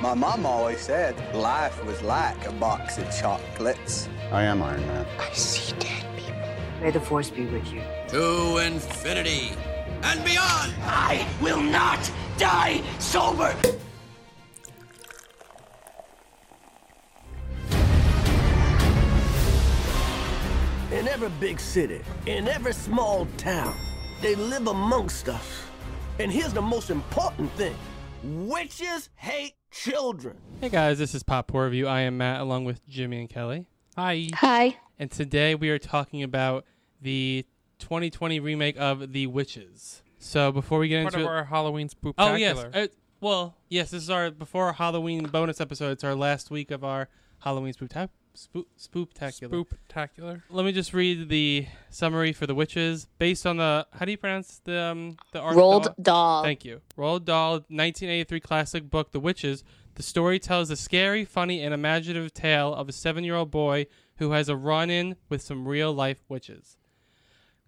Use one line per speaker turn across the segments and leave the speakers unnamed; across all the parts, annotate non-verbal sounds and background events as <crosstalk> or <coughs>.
My mom always said life was like a box of chocolates.
I am Iron Man.
I see dead people.
May the force be with you.
To infinity and beyond!
I will not die sober!
In every big city, in every small town, they live amongst us. And here's the most important thing witches hate children.
Hey guys, this is Pop Poor Review. I am Matt along with Jimmy and Kelly. Hi.
Hi.
And today we are talking about the 2020 remake of The Witches. So before we get
part
into
of
it,
our Halloween spooktacular.
oh yes, uh, well yes, this is our before our Halloween bonus episode. It's our last week of our Halloween spookta- spook spooktacular.
spooktacular.
Let me just read the summary for The Witches, based on the how do you pronounce the um, the article?
Rolled doll.
Thank you. Roald Dahl, 1983 classic book, The Witches. The story tells a scary, funny, and imaginative tale of a seven year old boy who has a run in with some real life witches.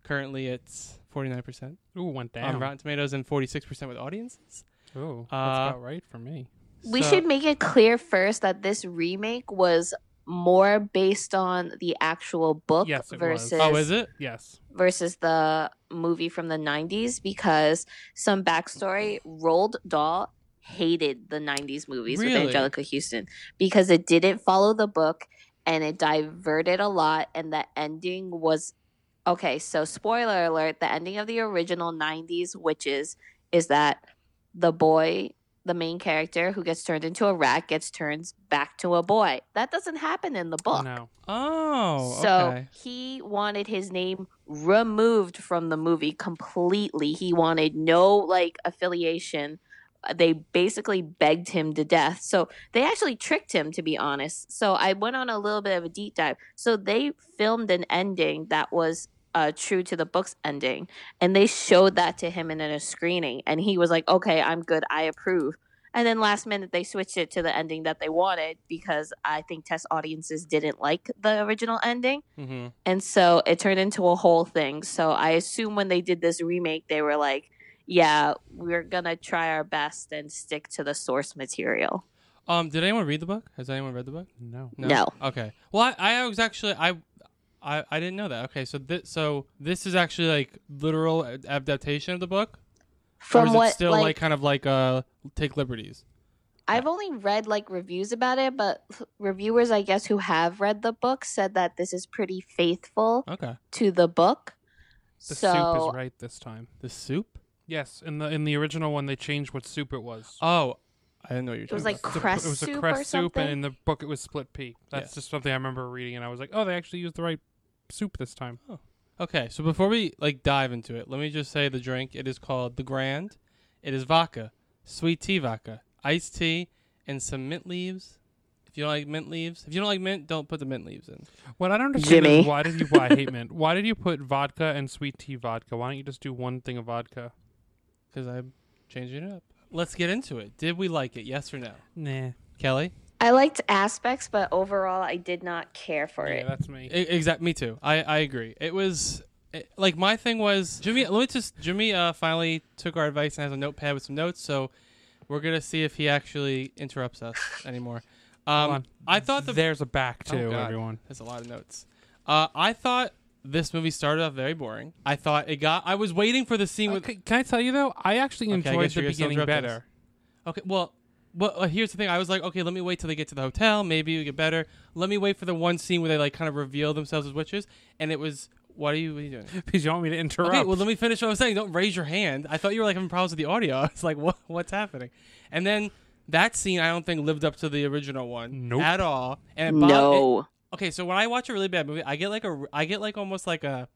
Currently, it's 49%
Ooh, went
on
down.
Rotten Tomatoes and 46% with audiences.
Ooh, that's
Uh,
about right for me.
We
So-
should make it clear first that this remake was more based on the actual book
Yes, it was.
versus
Oh, is it?
Yes.
versus the movie from the 90s because some backstory Roald Dahl hated the 90s movies with
Really?
Angelica Houston because it didn't follow the book and it diverted a lot and the ending was okay so spoiler alert the ending of the original 90s witches is that the boy the main character who gets turned into a rat gets turned back to a boy that doesn't happen in the book
No.
Oh,
so
okay.
he wanted his name removed from the movie completely. He wanted no like affiliation. Uh, They basically begged him to death. So they actually tricked him, to be honest. So I went on a little bit of a deep dive. So they filmed an ending that was uh, true to the book's ending, and they showed that to him in a screening, and he was like, "Okay, I'm good. I approve." And then last minute they switched it to the ending that they wanted because I think test audiences didn't like the original ending.
hmm
And so it turned into a whole thing. So I assume when they did this remake they were like, yeah, we're going to try our best and stick to the source material.
Um, did anyone read the book? Has anyone read the book?
No.
No.
Okay. Well, I, I was actually I, I I didn't know that. Okay, so this so this is actually like literal adaptation of the book, or
From
is
what
it still
like,
like, kind of like uh take liberties?
I've only read like reviews about it, but reviewers I guess who have read the book said that this is pretty faithful
Okay.
to the book.
The
so
soup is right this time.
The soup?
Yes, in the in the original one they changed what soup it was.
Oh, I didn't know what you were
It
talking
was like
about.
It's a-
cress
it was a
soup or
cress soup,
something?
and in the book it was split pea. That's
Yeah.
just something I remember reading, and I was like, oh, they actually used the right soup this time.
Okay, so before we like dive into it, let me just say the drink. It is called the Grand. It is vodka, sweet tea vodka, iced tea, and some mint leaves. If you don't like mint leaves, if you don't like mint, don't put the mint leaves in.
What I don't understand is
Jimmy.
why did you why I
<laughs>
hate mint? Why did you put vodka and sweet tea vodka? Why don't you just do one thing of vodka?
because I'm changing it up. Let's get into it. Did we like it? Yes or no?
Nah.
Kelly?
I liked aspects, but overall, I did not care for
Yeah,
it.
that's me.
Exactly. E, Me too. I, I agree. It was it, like my thing was Jimmy. Let me just Jimmy uh, finally took our advice and has a notepad with some notes. So we're gonna see if he actually interrupts us anymore. Um,
on.
I thought the
There's a back
Oh,
too,
God.
everyone.
That's a lot of notes. Uh, I thought this movie started off very boring. I thought it got. I was waiting for the scene with.
Okay, Uh, can I tell you though? I actually
I
enjoyed
guess
the
you're gonna still
beginning
interrupt
better.
Okay, well, well, uh, here's the thing. I was like, okay, let me wait till they get to the hotel. Maybe we get better. Let me wait for the one scene where they like kind of reveal themselves as witches. And it was, what are you, what are you doing? <laughs>
Because you want me to interrupt.
Okay, well, let me finish what I was saying. Don't raise your hand. I thought you were like having problems with the audio. <laughs> I was like, what, what's happening? And then that scene, I don't think lived up to the original one
Nope.
at all. And it bo- it-
No.
okay, so when I watch a really bad movie, I get like a, I get like almost like a,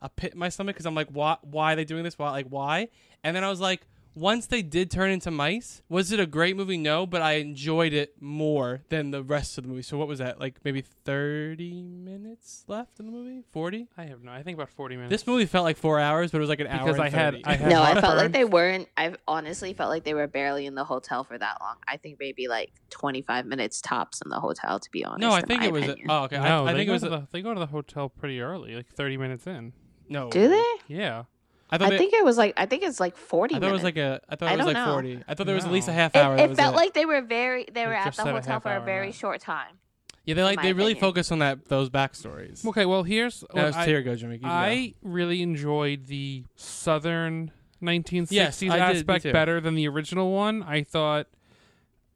a pit in my stomach because I'm like, why, why are they doing this? Why, like, why? And then I was like, once they did turn into mice, was it a great movie? No, but I enjoyed it more than the rest of the movie. So what was that? Like maybe 30 minutes left in the movie? 40?
I have no. I think about forty minutes.
This movie felt like four hours, but it was like an hour.
Because
and
I had-
30.
I
<laughs>
had-
No, I felt
Hopper.
like they weren't. I honestly felt like they were barely in the hotel for that long. I think maybe like 25 minutes tops in the hotel, to be honest.
no, I
in
think
my
it was. A,
opinion.
oh, okay.
no,
I, I
they
think it
go
was.
to
A,
the, they go to the hotel pretty early, like thirty minutes in.
no.
Do they?
Yeah,
I oh. thought
I
they-
think it was like I think it's like forty.
I thought it was like
minutes.
a. I thought
I
it was
don't
like
know.
forty. I thought there was at least a
No.
half
It-
hour.
It,
That was
felt
it.
like they were very they
They
were at
just
the
said a
hotel
half
for a
hour,
very
yeah.
short time.
yeah. They like
my
they really
opinion.
focused on that those backstories.
Okay, well here's
Now
what
it's
I-
here you go, Jimmy. You can go.
I really enjoyed the southern 1960s
Yes, I did, me
aspect
too.
better than the original one. I thought,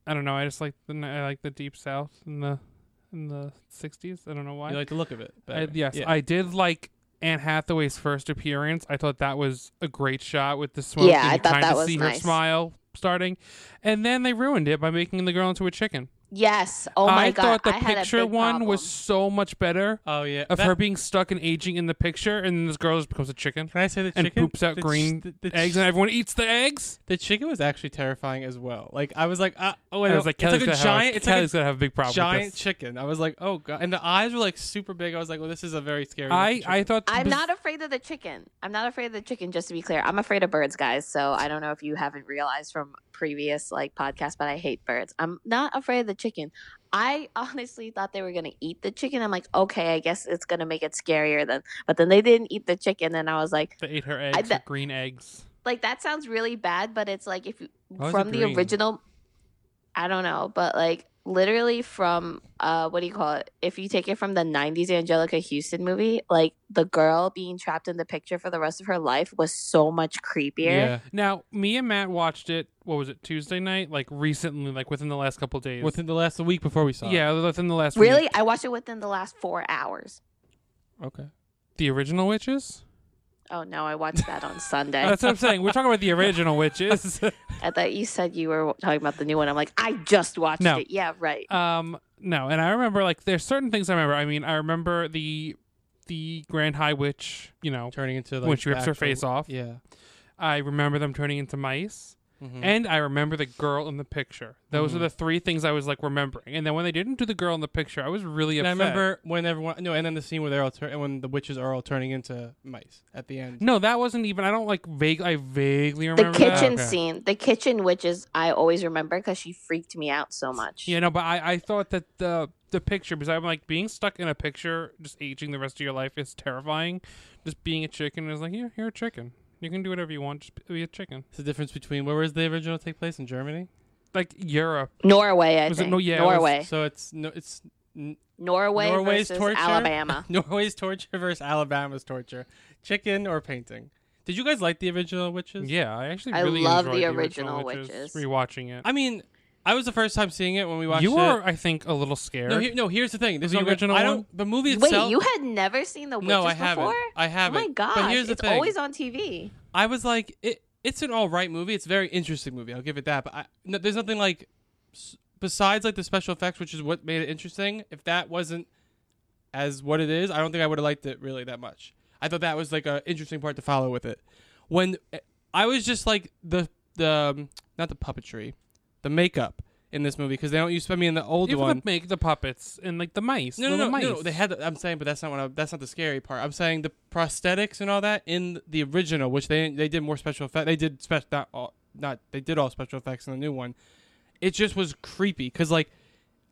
I don't know, I just like the I like the deep south in the in the 60s. I don't know why.
you like the look of it.
I,
better.
yes,
Yeah.
I did like Anne Hathaway's first appearance. I thought that was a great shot with the smoke.
Yeah,
and
I
you
thought
kinda
that was
see her
nice.
smile starting, and then they ruined it by making the girl into a chicken.
Yes. Oh my
I
god.
thought the
I had a
picture
big
one
problem.
was so much better. uh,
Oh yeah.
of
That-
her being stuck and aging in the picture, and then this girl just becomes a chicken
Can I say the
and
chicken
poops out
the ch-
green
the- the
eggs,
ch-
and everyone eats the eggs.
The chicken was actually terrifying as well. Like I was like, uh, oh,
I was like,
it's
Kelly's
like a
gonna
giant.
Have,
It's
Kelly's
like
gonna have a big
a
problem. with
giant
this.
chicken. I was like, oh god, and the eyes were like super big. I was like, well, this is a very scary.
I
looking
I
chicken.
thought
I'm
this-
not afraid of the chicken. I'm not afraid of the chicken. Just to be clear, I'm afraid of birds, guys. So I don't know if you haven't realized from previous like podcasts, but I hate birds. I'm not afraid of the chicken. I <laughs> honestly thought they were gonna eat the chicken. I'm like, okay, I guess it's gonna make it scarier then. But then they didn't eat the chicken, and I was like,
they ate her eggs, her
bet-
green eggs.
like that sounds really bad, but it's like if you
Why is it
from the
green?
original, I don't know, but like literally from uh, what do you call it? If you take it from the '90s Angelica Houston movie, like the girl being trapped in the picture for the rest of her life was so much creepier.
Now me and Matt watched it. What was it Tuesday night? Like recently, like within the last couple days.
within the last week before we saw. it.
yeah, within the last
Really,
week.
I watched it within the last four hours.
Okay.
the
<laughs>
original witches.
Oh no, I watched that on Sunday.
<laughs> That's what I'm saying. We're talking about the
<laughs>
original witches.
I thought you said you were talking about the new one. I'm like, I just watched
No.
it. Yeah, right.
Um, no, and I remember like there's certain things I remember. I mean, I remember the the Grand High Witch. You know,
Turning into like
When she
the
rips her
actual-
face off.
Yeah.
I remember them turning into mice,
Mm-hmm.
and I remember the girl in the picture. Those are the three things I was like remembering. And then when they didn't do the girl in the picture, I was really
And I
upset.
remember when everyone no, and then the scene where they're all tur- when the witches are all turning into mice at the end.
No, that wasn't even. I don't like vague. I vaguely
the
remember that.
kitchen
Okay.
scene, the kitchen witches, I always remember because she freaked me out so much.
Yeah, no, but I, I thought that the the picture because I'm like being stuck in a picture, just aging the rest of your life is terrifying. Just being a chicken is like, yeah, you're a chicken. You can do whatever you want. Just be a chicken.
It's the difference between where was the original take place in Germany?
Like Europe.
Norway, I
Was it-
think.
no, yeah, it was-
Norway.
So it's no, it's <laughs> n-
Norway
Norway's
versus
torture, <laughs>
Alabama.
Norway's torture versus Alabama's torture. Chicken or painting? Did you guys like the original witches?
Yeah, I actually
I
really
love the
enjoyed
original Witches.
Rewatching it,
I mean, I was the first time seeing it when we watched
you
it.
were, I think, a little scared.
no, he, no. Here's the thing. This is what
The
I'm gonna-
original
I
one?
don't. The movie
Wait,
itself.
you had never seen the witches
No, I haven't.
before?
I
Oh my
haven't. But
gosh!
here's the
it's
thing.
always on TV.
I was like, it. It's an all right movie. It's a very interesting movie. I'll give it that. But I, no, there's nothing like s- besides like the special effects, which is what made it interesting. If that wasn't as what it is, I don't think I would have liked it really that much. I thought that was like a interesting part to follow with it. When I was just like the the um, not the puppetry, the makeup in this movie because they don't use. I mean, the old
Even
one.
the make the puppets and like the mice.
No, no,
little
no,
mice.
no, no. They had. The, I'm saying, but that's not what. I, that's not the scary part. I'm saying the prosthetics and all that in the original, which they they did more special effects. They did special not all not they did all special effects in the new one. It just was creepy because like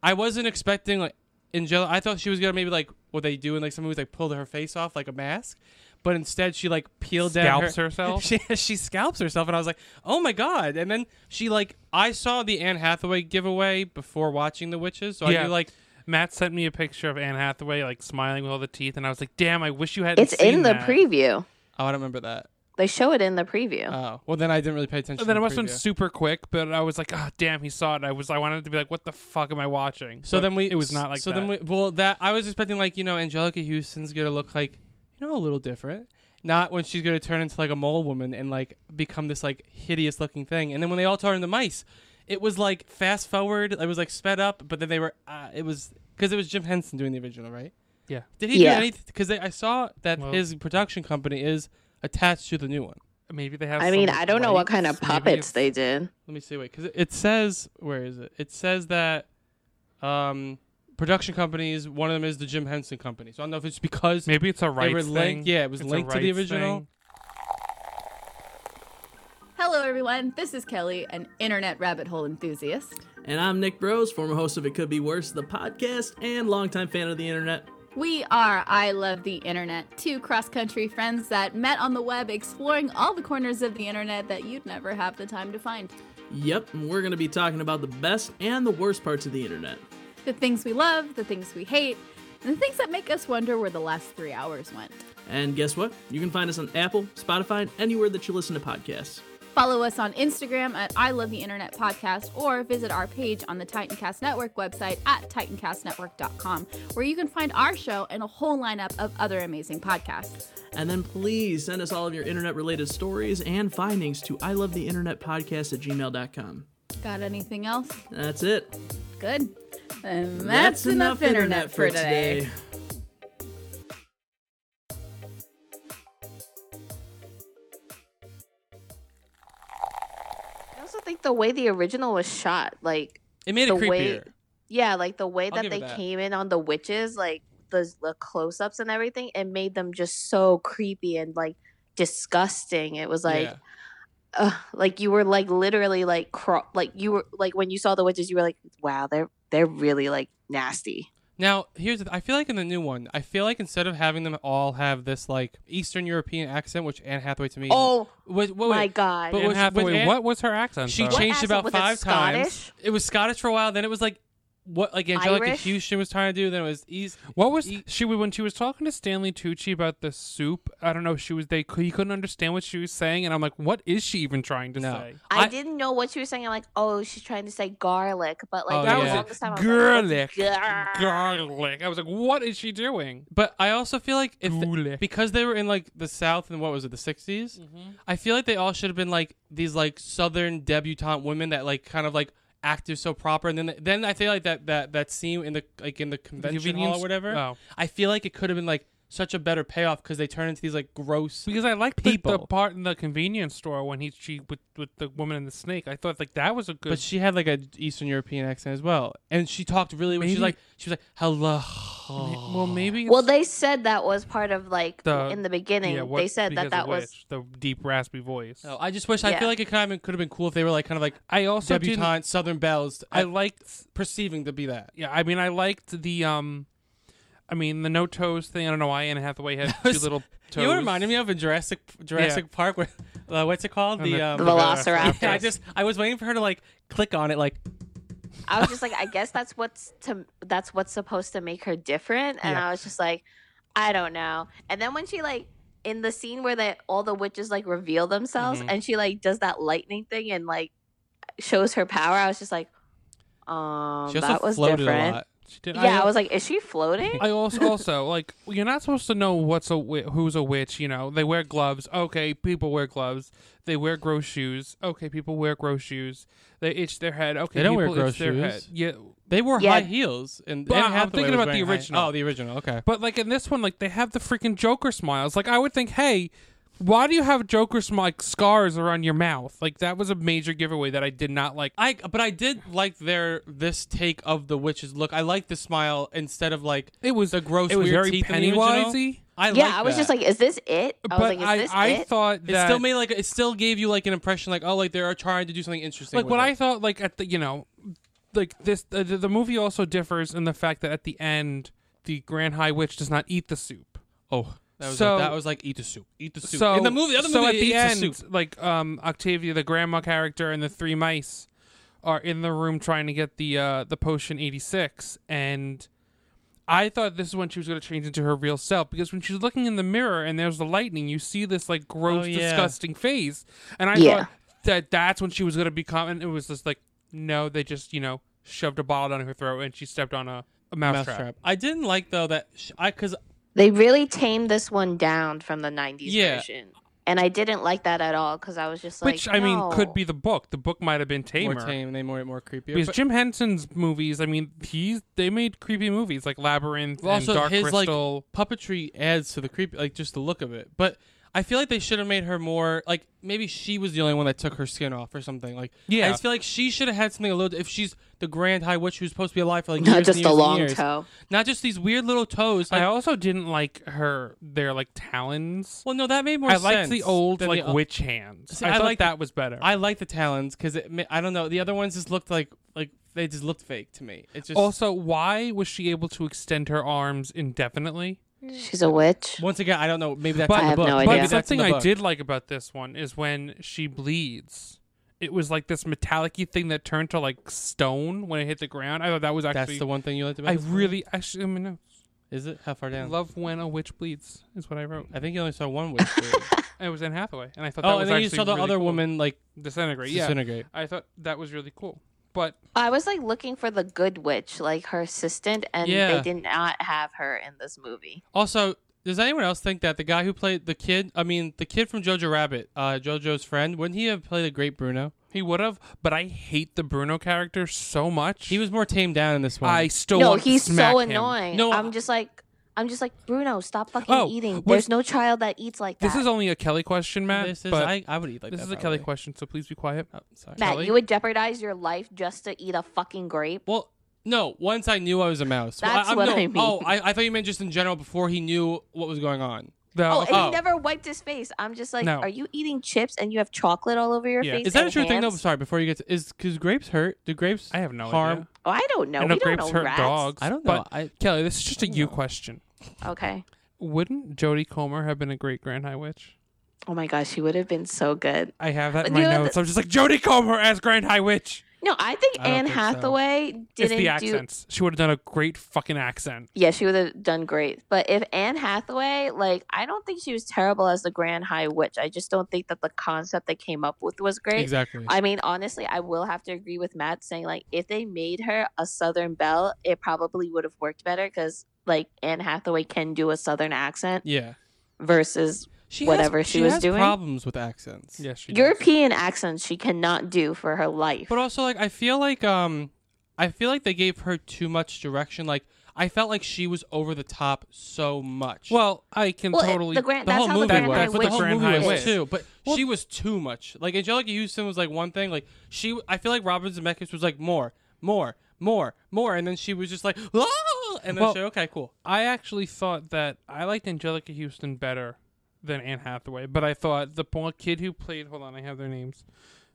I wasn't expecting like Angela. I thought she was gonna maybe like what they do in like some movies, like pull her face off like a mask. But instead, she like peeled down
Scalps
her- <laughs>
herself?
She, she scalps herself, and I was like, "Oh my god!" And then she like I saw the Anne Hathaway giveaway before watching The Witches, so I
Yeah.
knew like
Matt sent me a picture of Anne Hathaway like smiling with all the teeth, and I was like, "Damn, I wish you hadn't."
It's in
seen
the
that.
preview.
oh, I don't remember that.
They show it in the preview.
Oh well, then I didn't really pay attention.
then
to
it
the
must have been
preview.
super quick, but I was like, "Oh, damn, he saw it." I was, I wanted to be like, "What the fuck am I watching?"
So
But
then we.
it was not like
So
that.
then we. Well, that I was expecting like you know Angelica Houston's gonna look like you know a little different. Not when she's gonna turn into like a mole woman and like become this like hideous looking thing. And then when they all turned into mice, it was like fast forward. It was like sped up, but then they were. Uh, it was because it was Jim Henson doing the original, right?
yeah,
Did he
Yeah.
do anything? Because I saw that
Well-
his production company is attached to the new one.
maybe they have.
I mean,
some
I don't know what kind of
rights. Maybe
puppets
it's-
they did.
Let me see. Wait, because it says where is it? It says that um, production companies. One of them is the Jim Henson Company. So I don't know if it's because
Maybe it's a rights
were linked-
thing.
yeah, it was
It's a
linked to the
rights
original.
thing.
Hello, everyone. This is Kelly, an internet rabbit hole enthusiast.
And I'm Nick Bros, former host of It Could Be Worse, the podcast, and longtime fan of the internet.
We are I Love the Internet, two cross country friends that met on the web exploring all the corners of the internet that you'd never have the time to find.
Yep, and we're going to be talking about the best and the worst parts of the internet.
The things we love, the things we hate, and the things that make us wonder where the last three hours went.
And guess what? You can find us on Apple, Spotify, and anywhere that you listen to podcasts.
Follow us on Instagram at I Love the Internet Podcast or visit our page on the Titancast Network website at titancastnetwork.com, where you can find our show and a whole lineup of other amazing podcasts.
And then please send us all of your internet related stories and findings to I Love the Internet Podcast at gmail.com.
Got anything else?
That's it.
Good. And that's, enough, internet, for today.
I also think the way the original was shot, like
It made it
The
creepier.
way- yeah, like the way
I'll
that
give it
they
that.
came in on the witches, like the, the close ups and everything, it made them just so creepy and like disgusting. It was like,
Yeah.
ugh, like you were like literally like craw- like you were like when you saw the witches, you were like, wow, they're they're really like nasty.
Now, here's the th- I feel like in the new one, I feel like instead of having them all have this like Eastern European accent, which Anne Hathaway to me,
Oh
wait, wait,
my
wait.
god!
But
Anne
with- with
Hathaway,
Anne-
what was her accent?
she
though?
What
changed
accent
about
was it,
five times.
Scottish?
It was Scottish for a while. Then it was like what like Angelica
Irish?
Houston was trying to do. Then it was East. E
What was
Eat-
she when she was talking to Stanley Tucci about the soup? I don't know. She was they he couldn't understand what she was saying, and I'm like, what is she even trying to
No.
say?
I,
I-
didn't know what she was saying. I'm like, oh, she's trying to say garlic, but like
Oh,
that
yeah.
was all this time. I was
Garlic,
Like, what's gar-
garlic. I was like, what is she doing?
But I also feel like if
Goulet.
because they were in like the South and what was it the 60s, I feel like they all should have been like these like Southern debutante women that like kind of like acted so proper. And then then I feel like that that that scene in the like in the convention hall
convenience-
or whatever.
oh.
I feel like it could have been like such a better payoff because they turn into these like gross.
Because I liked the, the
People.
part in the convenience store when he she with with the woman and the snake. I thought like that was a good.
But she had like a Eastern European accent as well, and she talked really. She was
Maybe-
like she was like hello. Oh.
well, maybe it's
well, they said that was part of like
The-
in the beginning.
yeah, what-
they said
because
that that
of
was
which, the deep raspy voice.
Oh, I just wish I
Yeah.
feel like it kind of could have been cool if they were like kind of like
I also didn't-
debutante Southern belles.
I
at-
liked
perceiving to be that.
Yeah, I mean, I liked the um, I mean, the no toes thing. I don't know why Anne
<laughs>
Hathaway had two little toes.
You reminded me of in Jurassic Jurassic Park where uh, what's it called?
And
The, um,
the Velociraptor.
I just I was waiting for her to like click on it like
I was just like, I guess that's what's to that's what's supposed to make her different. And I was just like, I don't know. And then when she like in the scene where they all the witches like reveal themselves
Mm-hmm.
and she like does that lightning thing and like shows her power, I was just like, um,
she also
that was
floated
different.
a lot.
She did.
Yeah, I,
I
was like, is she floating?
I also also like you're not supposed to know what's a wi- who's a witch. You know, they wear gloves. Okay, people wear gloves. They wear gross shoes. Okay, people wear gross shoes. They itch their head. Okay,
They don't wear
people
gross
itch their head.
shoes.
Yeah,
They wore
Yeah.
high heels and
But
Anne
I'm
Hathaway
thinking
was
about the
wearing high-
original.
oh, the original. Okay.
but like in this one, like they have the freaking Joker smiles. Like I would think, hey. Why do you have Joker sm- like scars around your mouth? Like that was a major giveaway that I did not like.
I but I did like their this take of the witch's look. I like the smile instead of like
It was
the gross
It was
weird
very
teeth in the
Pennywise-y,
original. I
yeah,
like
I was
that.
just like, is this it? I was
but
like, is
I,
this
I
it?
thought
it
that
still made like it still gave you like an impression like oh like they're trying to do something interesting.
like
with
what
it.
I thought like at the you know like this uh, the, the movie also differs in the fact that at the end the Grand High Witch does not eat the soup.
Oh, that was
So-
like, that was like eat the soup, eat the soup.
So
in the movie, the other
so
movie,
at the
eats
end,
the soup.
like um Octavia, the grandma character, and the three mice are in the room trying to get the uh the potion eighty six, and I thought this is when she was going to change into her real self because when she's looking in the mirror and there's the lightning, you see this like gross,
Oh, yeah.
disgusting face, and I
Yeah.
thought that that's when she was going to become, and it was just like no, they just you know shoved a bottle down her throat and she stepped on a, a mousetrap.
Mousetrap. I didn't like though that sh- I because
They really tamed this one down from the 90s
Yeah.
version. And I didn't like that at all because I was just like,
Which I mean could
no.
be the book. The book might have been
more
tamer.
tame, they more more creepy.
Because
But
Jim Henson's movies, I mean, he's they made creepy movies like Labyrinth
also
and Dark
his
Crystal.
like puppetry adds to the creepy, like just the look of it. But I I feel like they should have made her more like maybe she was the only one that took her skin off or something. Like
Yeah.
I just feel like she should have had something a little. If she's the Grand High Witch who's supposed to be alive for like
<laughs> Not
years
just
and
a
years and
long
years.
toe.
not just these weird little toes.
I
like-
also didn't like her their like talons.
well, no, that made more
I
sense.
liked the old
than
like
the-
witch hands.
See,
I,
I
thought
like-
that was better.
I like the talons because it. ma- I don't know. The other ones just looked like like they just looked fake to me. It's just
also, why was she able to extend her arms indefinitely?
She's a witch.
once again I don't know. Maybe that's in
But- I
the
have
book.
no
Maybe
idea.
But
that's in
something
the
I
book.
did like about this one is when she bleeds. It was like this metallic-y thing that turned to like stone when it hit the ground. I thought that was actually
That's the one thing you liked about.
I
this book?
really actually I mean, no.
is it how far down?
love when a witch bleeds is what I wrote.
I think you only saw one witch.
<laughs>
bleed.
It was in Hathaway, and I thought that
Mm. oh,
was
and then you
actually
saw the
really
other
cool.
woman like
disintegrate. Yeah,
disintegrate.
I thought that was really cool. But
I was like looking for the good witch, like her assistant, and
Yeah.
they did not have her in this movie.
Also, does anyone else think that the guy who played the kid, I mean, the kid from Jojo Rabbit, uh, JoJo's friend, wouldn't he have played a great Bruno?
he would have. But I hate the Bruno character so much.
He was more tamed down in this one.
I still
no,
want to
he's
smack
so
him.
annoying.
No, I-
I'm just like, I'm just like Bruno. Stop fucking
Oh,
eating.
what's-
There's no child that eats like that.
This is only a Kelly question, Matt.
this is,
but
I, I would eat like
this
that.
is a Kelly
probably.
question, so please be quiet. Oh,
Sorry.
Matt,
Kelly?
you would jeopardize your life just to eat a fucking grape.
Well, no, once I knew I was a mouse. Well,
That's
I, I'm-
what
no,
I mean.
Oh, I, I thought you meant just in general before he knew what was going on.
The-
Oh, and
oh.
he never wiped his face. I'm just like,
No.
are you eating chips and you have chocolate all over your
Yeah.
face?
Is that a
and
true thing? No,
hands?
sorry, before you get to, is, because grapes hurt. Do grapes
I have no
harm?
idea.
Oh, I don't know.
I
We
know
don't
grapes
know
hurt
rats.
dogs.
I don't know.
But
I-
Kelly, this is just a you question.
Okay.
Wouldn't Jodie Comer have been a great Grand High Witch?
Oh my gosh, he would have been so good.
I have that in
You
my
know,
notes. I'm just like Jodie Comer as Grand High Witch.
No, I think
I don't
Anne
think so.
Hathaway
It's
didn't
the
do.
accents. She would have done a great fucking accent.
Yeah, she would have done great. But if Anne Hathaway, like, I don't think she was terrible as the Grand High Witch. I just don't think that the concept they came up with was great.
Exactly.
I mean, honestly, I will have to agree with Matt saying, like, if they made her a Southern belle, it probably would have worked better because, like, Anne Hathaway can do a Southern accent
yeah.
versus
She
Whatever
has,
she was
has
doing.
problems with accents.
Yes, she did.
European accents she cannot do for her life.
But also, like, I feel like, um, I feel like they gave her too much direction. Like, I felt like she was over the top so much.
Well, I can
Well, it-
totally.
the Grand-
the
that's
whole
how the
movie
Grand
was.
High
That's what the
Witch
whole
Grand
movie
High
was
Witch.
too. But she was too much. Like Angelica Houston was like one thing. Like she, I feel like Robin Zemeckis was like more, more, more, more, and then she was just like, "Ah!" and then
Well-
she okay, cool.
I actually thought that I liked Angelica Houston better than Anne Hathaway, but I thought the po- kid who played hold on, I have their names.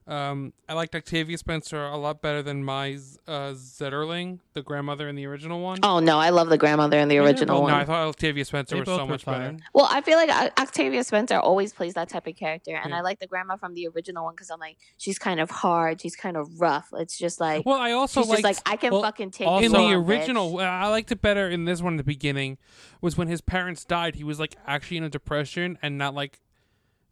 Um, I liked Octavia Spencer a lot better than my uh, Zetterling, the grandmother in the original one. Oh,
oh, no, I love the grandmother in the original
no,
one.
I thought Octavia Spencer
They
was
both
so
were
much better.
fine.
Well, I feel like O- Octavia Spencer always plays that type of character,
Hmm.
and I like the grandma from the original one because I'm like, she's kind of hard, she's kind of rough. It's just like
Well, I also
she's just like,
liked-
I can
well,
fucking take
also-
you
in
on,
the
bitch."
original, well, I liked it better in this one. In the beginning, was when his parents died. He was like actually in a depression, and not like,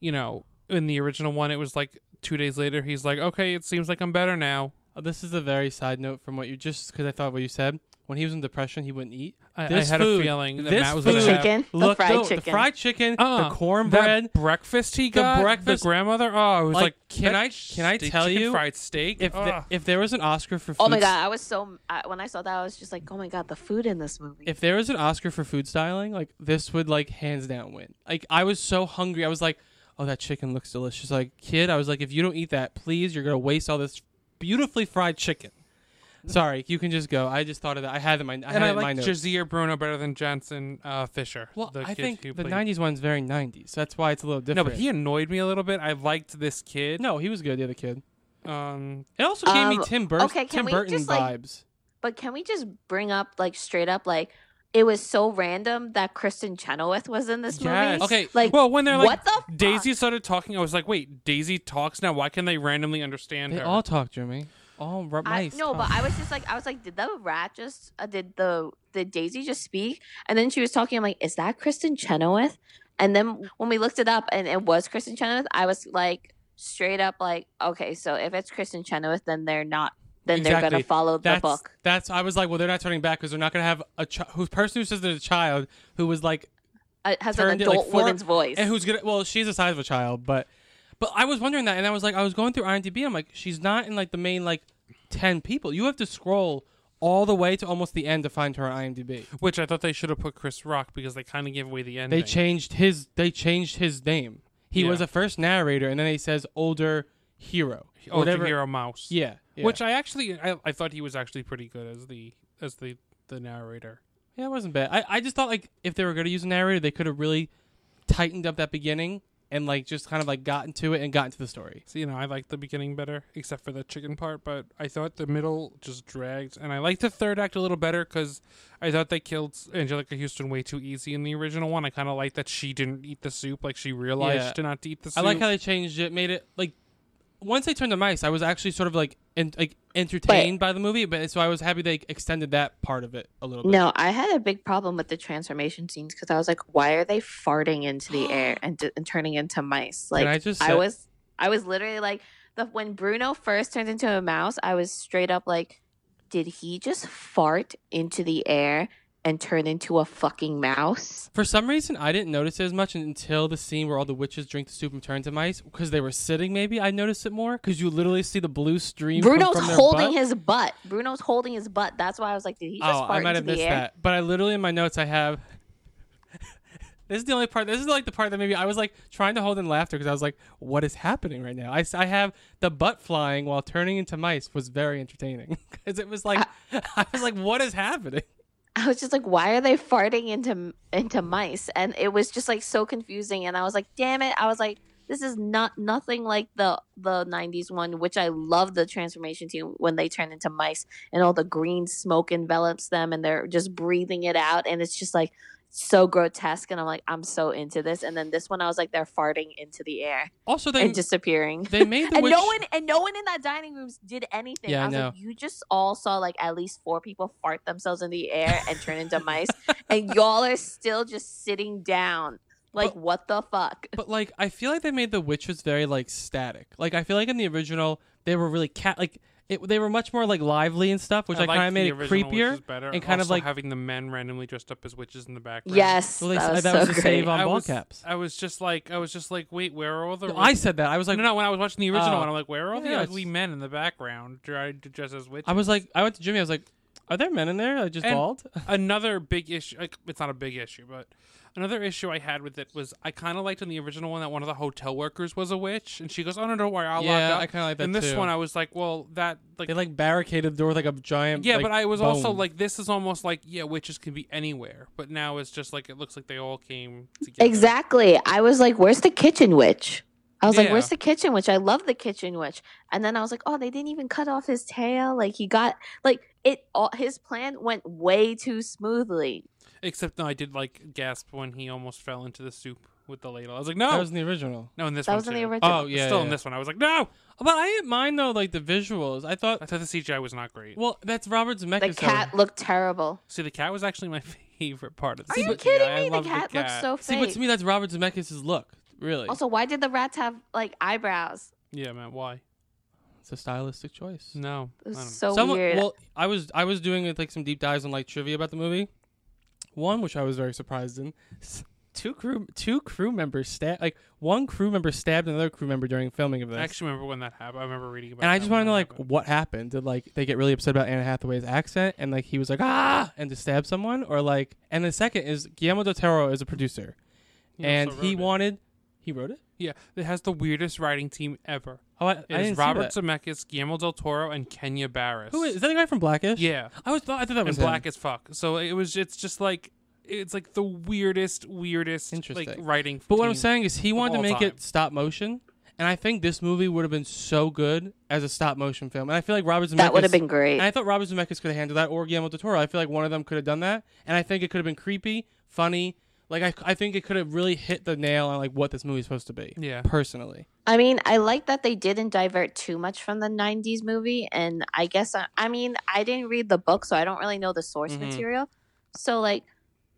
you know, in the original one, it was like two days later. He's like, okay, it seems like I'm better now.
Uh, This is a very side note from what you just because I thought what you said. When he was in depression, he wouldn't eat.
I- I
This
had a
food-
feeling that
this
Matt was
food,
gonna
The chicken? The
look,
fried
no, The
chicken.
fried chicken,
Uh,
the cornbread.
that breakfast he
the
got,
breakfast-
the grandmother. Oh, it was like,
Like, can
that
I- can I
steak-
tell
chicken
you,
fried steak?
If the,
Ugh.
if there was an Oscar for food
Oh my god, I was so I, when I saw that, I was just like, oh my god, the food in this movie.
if there was an Oscar for food styling, like this would like hands down win. Like I was so hungry, I was like, "Oh, that chicken looks delicious." Like kid, I was like, "If you don't eat that, please, you're gonna waste all this beautifully fried chicken." Sorry, you can just go. I just thought of that. I had it in my. I had
and
it
I
in my
like
notes.
Jazier Bruno better than Johnson uh, Fisher.
well,
the
I
kid
think
who
the
played-
'90s one's very '90s. That's why it's a little
No,
different.
but he annoyed me a little bit. I liked this kid.
no, he was good. The other kid.
um,
It also gave me
Um,
Tim, Bur-
okay, can
Tim
we
Burton
just, like-
vibes.
but can we just bring up like straight up like it was so random that Kristen Chenoweth was in this
Yes.
movie?
Okay,
like
well, when they're like
what the fuck?
Daisy started talking, I was like, wait, Daisy talks now. Why can they randomly understand
they
her?
all talk, Jimmy. All r-
I,
mice.
no,
talk.
but I was just like, I was like, did the rat just, uh, did the did Daisy just speak? And then she was talking. I'm like, is that Kristen Chenoweth? And then when we looked it up, and it was Kristen Chenoweth, I was like, straight up, like, okay, so if it's Kristen Chenoweth, then they're not, then they're
Exactly.
gonna follow the
that's,
book.
That's I was like, well, they're not turning back because they're not going to have a chi- who person who says they're a child who was like
It has Uh, an
turned it,
adult
like, four-
woman's voice.
and who's gonna well, she's the size of a child, but but I was wondering that, and I was like, I was going through IMDb, I'm like, she's not in like the main like ten people. You have to scroll all the way to almost the end to find her on IMDb.
Which I thought they should have put Chris Rock because they kind of gave away the ending.
They changed his they changed his name. He was
Yeah.
a first narrator, and then he says older hero,
Oh,
Whatever-
the hero mouse.
Yeah, yeah.
Which I actually I, I thought he was actually pretty good as the as the the narrator.
yeah, it wasn't bad. I, I just thought like if they were going to use a narrator, they could have really tightened up that beginning and like just kind of like gotten to it and gotten to the story.
So you know, I liked the beginning better, except for the chicken part. But I thought the middle just dragged, and I liked the third act a little better because I thought they killed Angelica Houston way too easy in the original one. I kind of liked that she didn't eat the soup, like she realized
Yeah.
to not to eat the soup.
I like how they changed it, made it like once they turned to mice, I was actually sort of like en- like entertained by the movie, but so I was happy they extended that part of it a little bit.
No, I had a big problem with the transformation scenes because I was like, why are they farting into
<gasps>
the air and, d- and turning into mice? Like,
I just
I
say-
was, I was literally like, the when Bruno first turned into a mouse, I was straight up like, did he just fart into the air and turn into a fucking mouse?
For some reason, I didn't notice it as much until the scene where all the witches drink the soup and turn to mice because they were sitting. Maybe I noticed it more because you literally see the blue stream. come
Bruno's
from their
holding
butt.
his butt. Bruno's holding his butt. That's why I was like, did he just
Oh,
fart
I might
into
have
the
missed
air?
that. But I literally in my notes I have. <laughs> this is the only part. This is like the part that maybe I was like trying to hold in laughter because I was like, "What is happening right now?" I, s- I have the butt flying while turning into mice was very entertaining <laughs> because it was
<laughs>
like I was like, "What is happening?"
I was just like, why are they farting into into mice? And it was just like so confusing. And I was like, damn it! I was like, this is not nothing like the the '90s one, which I love the transformation team when they turn into mice and all the green smoke envelops them and they're just breathing it out, and it's just like so grotesque. And I'm like, I'm so into this. And then this one, I was like, they're farting into the air
Also, they
and disappearing.
<laughs> they made the
And
witch.
no one and no one in that dining room did anything.
Yeah, I
I was like, you just all saw like at least four people fart themselves in the air and turn into mice,
<laughs>
and y'all are still just sitting down. Like what the fuck?
But like, I feel like they made the witches very like static. Like, I feel like in the original, they were really cat like it, they were much more like lively and stuff, which
I
like kind of
liked the
made it
original
creepier
witches better,
and kind of
also
like.
having the men randomly dressed up as witches in the background.
Yes,
Well, they
that
said
was
that
so
was a
great.
save on
I
ball
was,
caps.
I was just like, I was just like, wait, where are all the?
I said that I was like,
no, no. When I was watching the original
Oh.
one, I'm like, where are all
Yeah,
the
it's-
ugly men in the background tried to dress as witches?
I was like, I went to Jimmy. I was like, are there men in there? I just
And <laughs>
bald.
another big issue. Like, it's not a big issue, but another issue I had with it was I kind of liked in the original one that one of the hotel workers was a witch, and she goes, "Oh no, don't worry, I'll
Yeah,
lock up."
I kinda like that
In this
too.
one, I was like, "Well, that like."
They like barricaded the door with like a giant.
yeah,
like,
but I was also
bone.
like, this is almost like, yeah, witches can be anywhere. But now it's just like, it looks like they all came together.
Exactly. I was like, where's the kitchen witch? I was like,
Yeah.
where's the kitchen witch? I love the kitchen witch. And then I was like, oh, they didn't even cut off his tail. Like he got like it. All his plan went way too smoothly.
Except, no, I did like gasp when he almost fell into the soup with the ladle. I was like, no.
that was in the original.
no, in this
That
one.
was in the
too.
original.
Oh, yeah,
Still in
yeah.
this one. I was like, no.
But I didn't mind though, like the visuals. I
I
thought,
thought the CGI was not great.
well, that's Robert Zemeckis.
The
though.
cat looked terrible.
See, the cat was actually my <laughs> favorite part of the
Are you
CGI. I
kidding me? The
loved
cat, looks so
See,
fake.
but to me, that's Robert Zemeckis' look. Really,
Also, why did the rats have like eyebrows?
Yeah, man. Why?
it's a stylistic choice.
No.
It was
I don't know.
so
Someone-
weird.
Well, I was I was doing like some deep dives on like trivia about the movie. One which I was very surprised in. S- Two crew two crew members stabbed like one crew member stabbed another crew member during filming of this.
I actually remember when that happened. I remember reading about.
and I
that
just
when
want to know like
that happened.
what happened. Did like they get really upset about Anna Hathaway's accent and like he was like ah and to stab someone or like and the second is Guillermo del Toro is a producer and
also
he
wrote it.
wanted he wrote it.
Yeah, it has the weirdest writing team ever.
Oh, I,
It
I
is
didn't
Robert
see that.
Zemeckis, Guillermo del Toro, and Kenya Barris.
Who is, is that the guy from Blackish?
Yeah,
I was I thought that
and
was
black
him.
as fuck. So it was. It's just like it's like the weirdest, weirdest like
Interesting.
writing.
But what I'm
team.
saying is he wanted to
all
make
time.
it stop motion, and I think this movie would have been so good as a stop motion film. And I feel like Robert Zemeckis
That would have been great.
And I thought Robert Zemeckis could have handled that or Guillermo del Toro. I feel like one of them could have done that, and I think it could have been creepy, funny. Like I, I think it could have really hit the nail on like what this movie's supposed to be.
Yeah.
personally,
I mean, I like that they didn't divert too much from the 90s movie. And I guess, uh, I, I mean, I didn't read the book, so I don't really know the source material. So, like,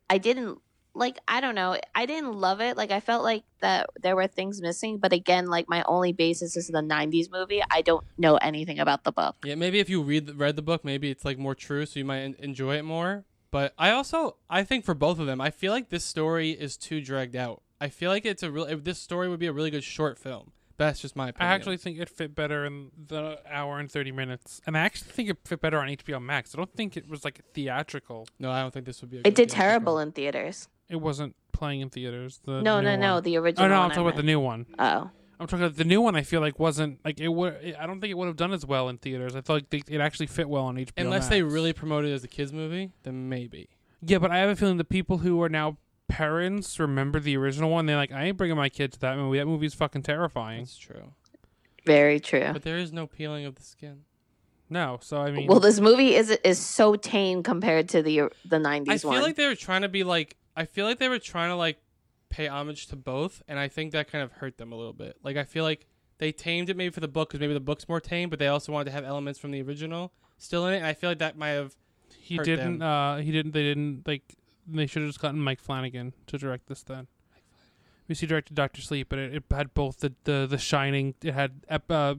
I didn't, like, I don't know. I didn't love it. Like, I felt like that there were things missing. But again, like, my only basis is the 90s movie. I don't know anything about the book.
yeah. Maybe if you read the, read the book, maybe it's like more true, so you might en- enjoy it more. But I also I think for both of them, I feel like this story is too dragged out. I feel like it's a real. This story would be a really good short film. That's just my opinion.
I actually think it fit better in the hour and 30 minutes. And I actually think it fit better on HBO Max. I don't think it was like theatrical.
no, I don't think this would be. A
It did terrible in theaters.
It wasn't playing in theaters. The
No,
new
no, no,
one.
the
Oh
original.
no, I'm
one I
talking about the
meant.
new one.
Oh,
I'm talking about the new one. I feel like wasn't like it would. I don't think it would have done as well in theaters. I feel like they, it actually fit well on HBO.
Unless they
Max.
really promoted it as a kids movie, then maybe.
Yeah, but I have a feeling the people who are now parents remember the original one. They're like, I ain't bringing my kid to that movie. That movie's fucking terrifying.
That's true.
very true.
But there is no peeling of the skin.
No, so I mean,
Well, this movie is is so tame compared to the the '90s
I feel
one.
like they were trying to be like. I feel like they were trying to like pay homage to both, and I think that kind of hurt them a little bit. Like I feel like they tamed it maybe for the book because maybe the book's more tame, but they also wanted to have elements from the original still in it, and I feel like that might have.
he
hurt
didn't.
them.
Uh, he didn't. They didn't like. They should have just gotten Mike Flanagan to direct this then. We see directed Doctor Sleep, but it, it had both the, the the Shining. It had
<coughs>
ep- uh,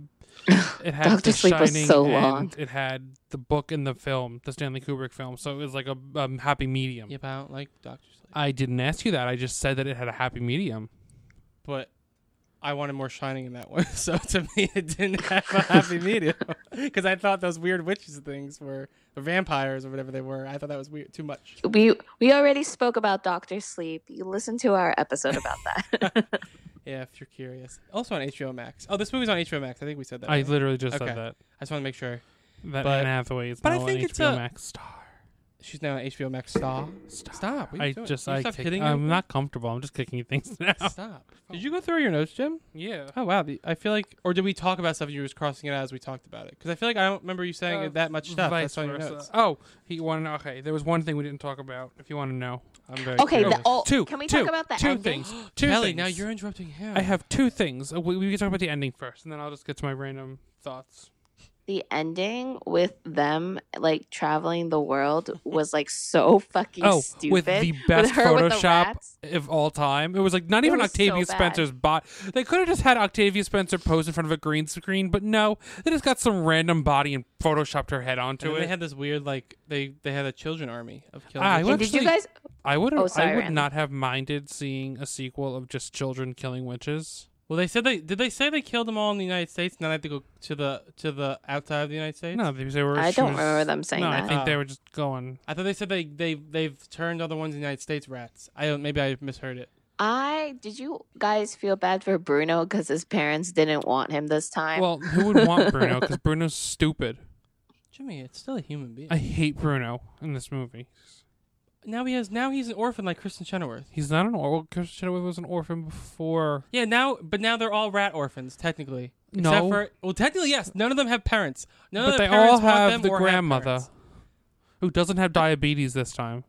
it had
Dr.
the
Sleep was
Shining
so
and
long.
It had the book and the film, the Stanley Kubrick film. So it was like a um, happy medium.
Yep, I don't like Doctor Sleep,
I didn't ask you that. I just said that it had a happy medium.
but I wanted more Shining in that one, <laughs> so to me it didn't have a happy medium <laughs> because I thought those weird witches things were or vampires or whatever they were. I thought that was weird, too much.
we we already spoke about Doctor Sleep. You listen to our episode about that. <laughs>
Yeah, if you're curious. Also on HBO Max. Oh, this movie's on HBO Max. I think we said that.
I
right?
literally just
Okay.
said that.
I just want to make sure.
That
But-
Anne Hathaway is
but I
now
think
an
it's
HBO
a-
Max star.
She's now on HBO Max Star. Stop. Stop. What are you
I
doing?
just
Can you
I
stop
kick-
hitting
I'm
everything?
not comfortable. I'm just kicking things <laughs> now.
Stop. Did you go through your notes, Jim?
Yeah.
Oh wow. The- I feel like, or did we talk about stuff and you were just crossing it out as we talked about it? Because I feel like I don't remember you saying
Uh,
that much stuff.
Vice
That's on your
versa.
notes.
Oh, he wanted. Okay, there was one thing we didn't talk about. If you want to know, I'm very
Okay,
curious.
the- oh,
two.
can we
two,
talk about the
two
ending?
things? Two
Kelly,
things.
now you're interrupting him.
I have two things. Uh, We, we can talk about the ending first, and then I'll just get to my random thoughts.
the ending with them like traveling the world
<laughs>
was like so fucking
oh,
stupid.
with the best
her <laughs> with the
Photoshop
rats.
of all time. It was like not
It
even
was so
Octavia
bad.
Spencer's bot. They could have just had Octavia Spencer pose in front of a green screen, but no, they just got some random body and photoshopped her head
And
onto
then
it.
they had this weird like they they had a children army of killing.
I
witches.
would
And did you
actually-
guys?
I would
Oh, sorry,
I would
Randall.
not have minded seeing a sequel of just children killing witches.
well, they said they did. They say they killed them all in the United States. and Now they have to go to the to the outside of the United States.
No, they, they were.
I
she
don't
was-
remember them saying
no, I
that.
think they
Oh.
were just going.
I thought they said they they they've turned other ones in the United States rats. I don't. Maybe I misheard it.
I did you guys feel bad for Bruno because his parents didn't want him this time?
Well, who
<laughs>
would want Bruno? Because Bruno's stupid.
Jimmy, it's still a human being.
I hate Bruno in this movie.
now he has. Now he's an orphan like Kristen Chenoweth.
He's not an orphan. Christian Chenoweth was an orphan before.
Yeah, now, but now they're all rat orphans technically.
No.
Except for well, technically yes, none of them have parents. None
but
of
they
their parents
all
want
have
them
the
or
grandmother
parents.
who doesn't have diabetes this time.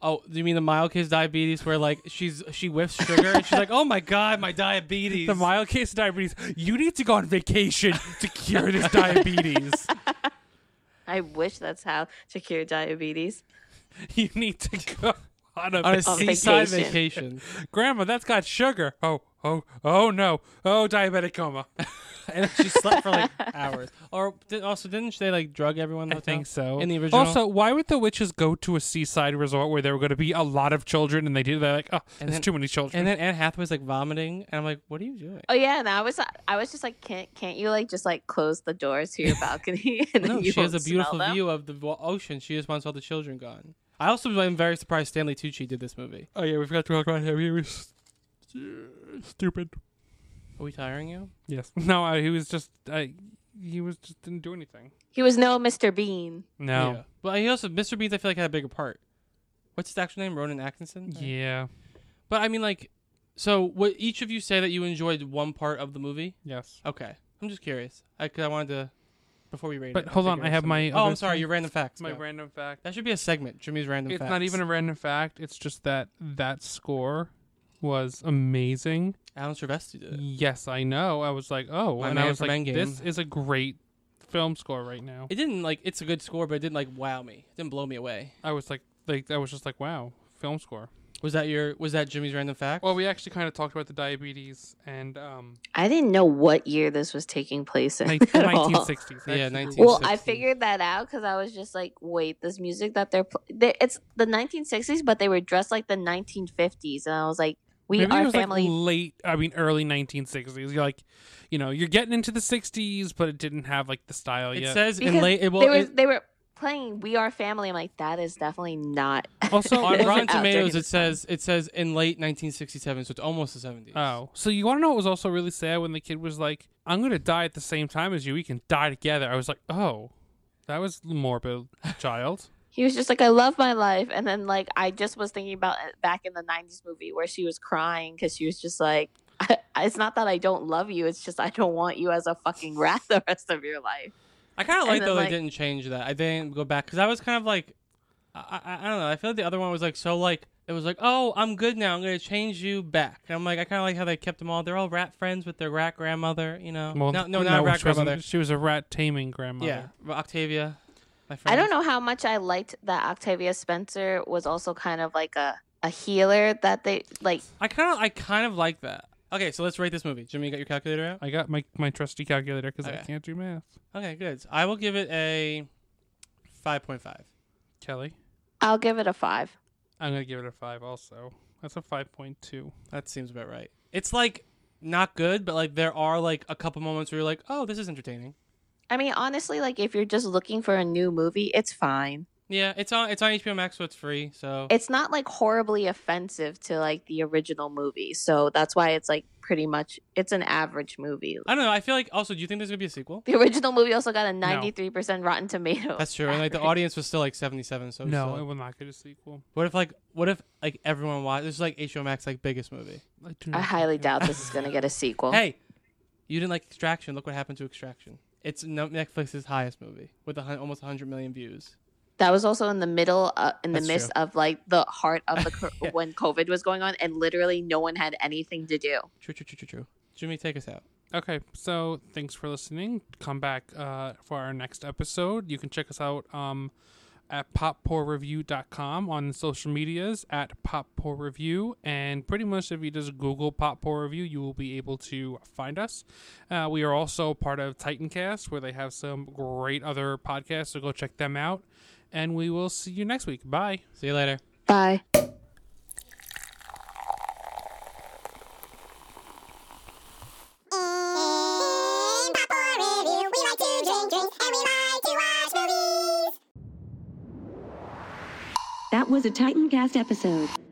oh, do you mean the mild case diabetes where like she's she whiffs sugar and she's like, oh my god, my diabetes.
The
<laughs>
mild case of diabetes. You need to go on vacation to cure <laughs> this diabetes.
I wish that's how to cure diabetes.
you need to go <laughs> on a,
<laughs> on a
vacation.
seaside
vacation.
vacation.
Grandma, that's got sugar. Oh, oh, oh no. Oh, diabetic coma.
<laughs> and she slept for
<laughs>
like hours. Or did, also, didn't they like drug everyone? in the
I
hotel?
think so.
In the original,
Also, why would the witches go to a seaside resort where there were going to be a lot of children and they did? They're like, oh,
And
there's
then-
too many children.
and then Anne Hathaway's like vomiting, and I'm like, what are you doing?
Oh yeah, and I was I was just like, can't can't you like just like close the doors
<laughs>
to your balcony and then
No,
you
she has a
won't smell
beautiful
them?
view of the wa- ocean. She just wants all the children gone. I also am very surprised Stanley Tucci did this movie.
oh yeah, we forgot to talk about him. He was Uh, stupid.
Are we tiring you?
Yes. <laughs> No, I, he was just. I, he was just didn't do anything.
He was no Mr. Bean.
No.
But he also Mr. Beans I feel like had a bigger part. What's his actual name? Ronan Atkinson?
Yeah.
But I mean like so what each of you say that you enjoyed one part of the movie?
Yes.
Okay. I'm just curious. I cause I wanted to before we rate
But
it,
hold on,
figure
I
out
have
some-
my
Oh,
other
I'm sorry,
thing.
your random facts.
My
go.
random fact.
That should be a segment, Jimmy's random
it's
facts.
not even a random fact. It's just that that score was amazing.
Alan Silvestri did it.
Yes, I know. I was like, oh,
Uh, My
and
man
I was
from
like,
Endgame.
this is a great film score right now.
It didn't like it's a good score, but it didn't like wow me. It didn't blow me away.
I was like, like I was just like, wow, film score.
Was that your was that Jimmy's random fact?
Well, we actually kind of talked about the diabetes and
<laughs>
um,
I didn't know what year this was taking place in.
nin-
<laughs> at all.
1960s.
Yeah,
Actually,
1960s.
Well, I
1960s.
figured that out because I was just like, wait, this music that they're, pl- they it's the 1960s, but they were dressed like the 1950s, and I was like, We
Maybe
are
it was
family.
like late, I mean, early 1960s. You're like, you know, you're getting into the 60s, but it didn't have like the style
It
yet.
says in
Because
late. It, well,
they, were, <laughs>
it-
they were playing We Are Family. I'm like, that is definitely not. <laughs>
also,
on
wasn't
Rotten
out during
Tomatoes, it
this time.
says it says in late 1967, so it's almost the 70s.
oh, so you want to know what was also really sad when the kid was like, "I'm gonna die at the same time as you. We can die together." I was like, "Oh, that was
<laughs>
morbid, child."
He was just like, I love my life. And then, like, I just was thinking about it back in the 90s movie where she was crying because she was just like, <laughs> it's not that I don't love you. It's just I don't want you as a fucking rat the rest of your life.
I kind of
And
like
then,
though
like-
they didn't change that. I didn't go back because I was kind of like, I, I, I don't know. I feel like the other one was like so like it was like, oh, I'm good now. I'm gonna change you back. And I'm like, I kind of like how they kept them all. They're all rat friends with their rat grandmother. You know,
Well,
no, no, not rat
she, wasn't-
grandmother.
she was a rat taming grandmother.
Yeah, Octavia. My friend.
I don't know how much I liked that Octavia Spencer was also kind of like a, a healer that they like.
I kind of I kind of like that. Okay, so let's rate this movie. Jimmy, you got your calculator out?
I got my my trusty calculator because I
Okay.
can't do math.
Okay, good. So I will give it a five point five.
Kelly,
I'll give it a five.
I'm gonna give it a five. Also, that's a five point two.
That seems about right. It's like not good, but like there are like a couple moments where you're like, oh, this is entertaining.
I mean, honestly, like if you're just looking for a new movie, it's fine.
Yeah, it's on it's on HBO Max, so it's free. So
It's not like horribly offensive to like the original movie. So that's why it's like pretty much it's an average movie.
I don't know. I feel like also, do you think there's gonna be a sequel?
The original movie also got a 93% Rotten Tomato.
That's true. And
<laughs>
like the audience was still like 77. So it was
No,
still-
it will not get a sequel.
what if like what if like everyone watched this is like HBO Max like biggest movie?
I do
I
<laughs>
not.
highly doubt this is going to get a sequel.
Hey, you didn't like Extraction. Look what happened to Extraction. It's no- Netflix's highest movie with a, hun- almost 100 million views.
That was also in the middle, uh, in the
That's
midst of like the heart of
<laughs>
the cor- when COVID was going on, and literally no one had anything to do.
True, true, true, true, true. Jimmy, take us out.
Okay, so thanks for listening. Come back uh, for our next episode. You can check us out um, at poppoorreview.com on social medias at poppoorreview. And pretty much if you just Google Pop Poor Review, you will be able to find us. Uh, we are also part of Titancast, where they have some great other podcasts, so go check them out. And we will see you next week. Bye.
See you later.
Bye.
In Pop Or Review, we like to drink, drink, and we like to watch movies.
That was a Titancast episode.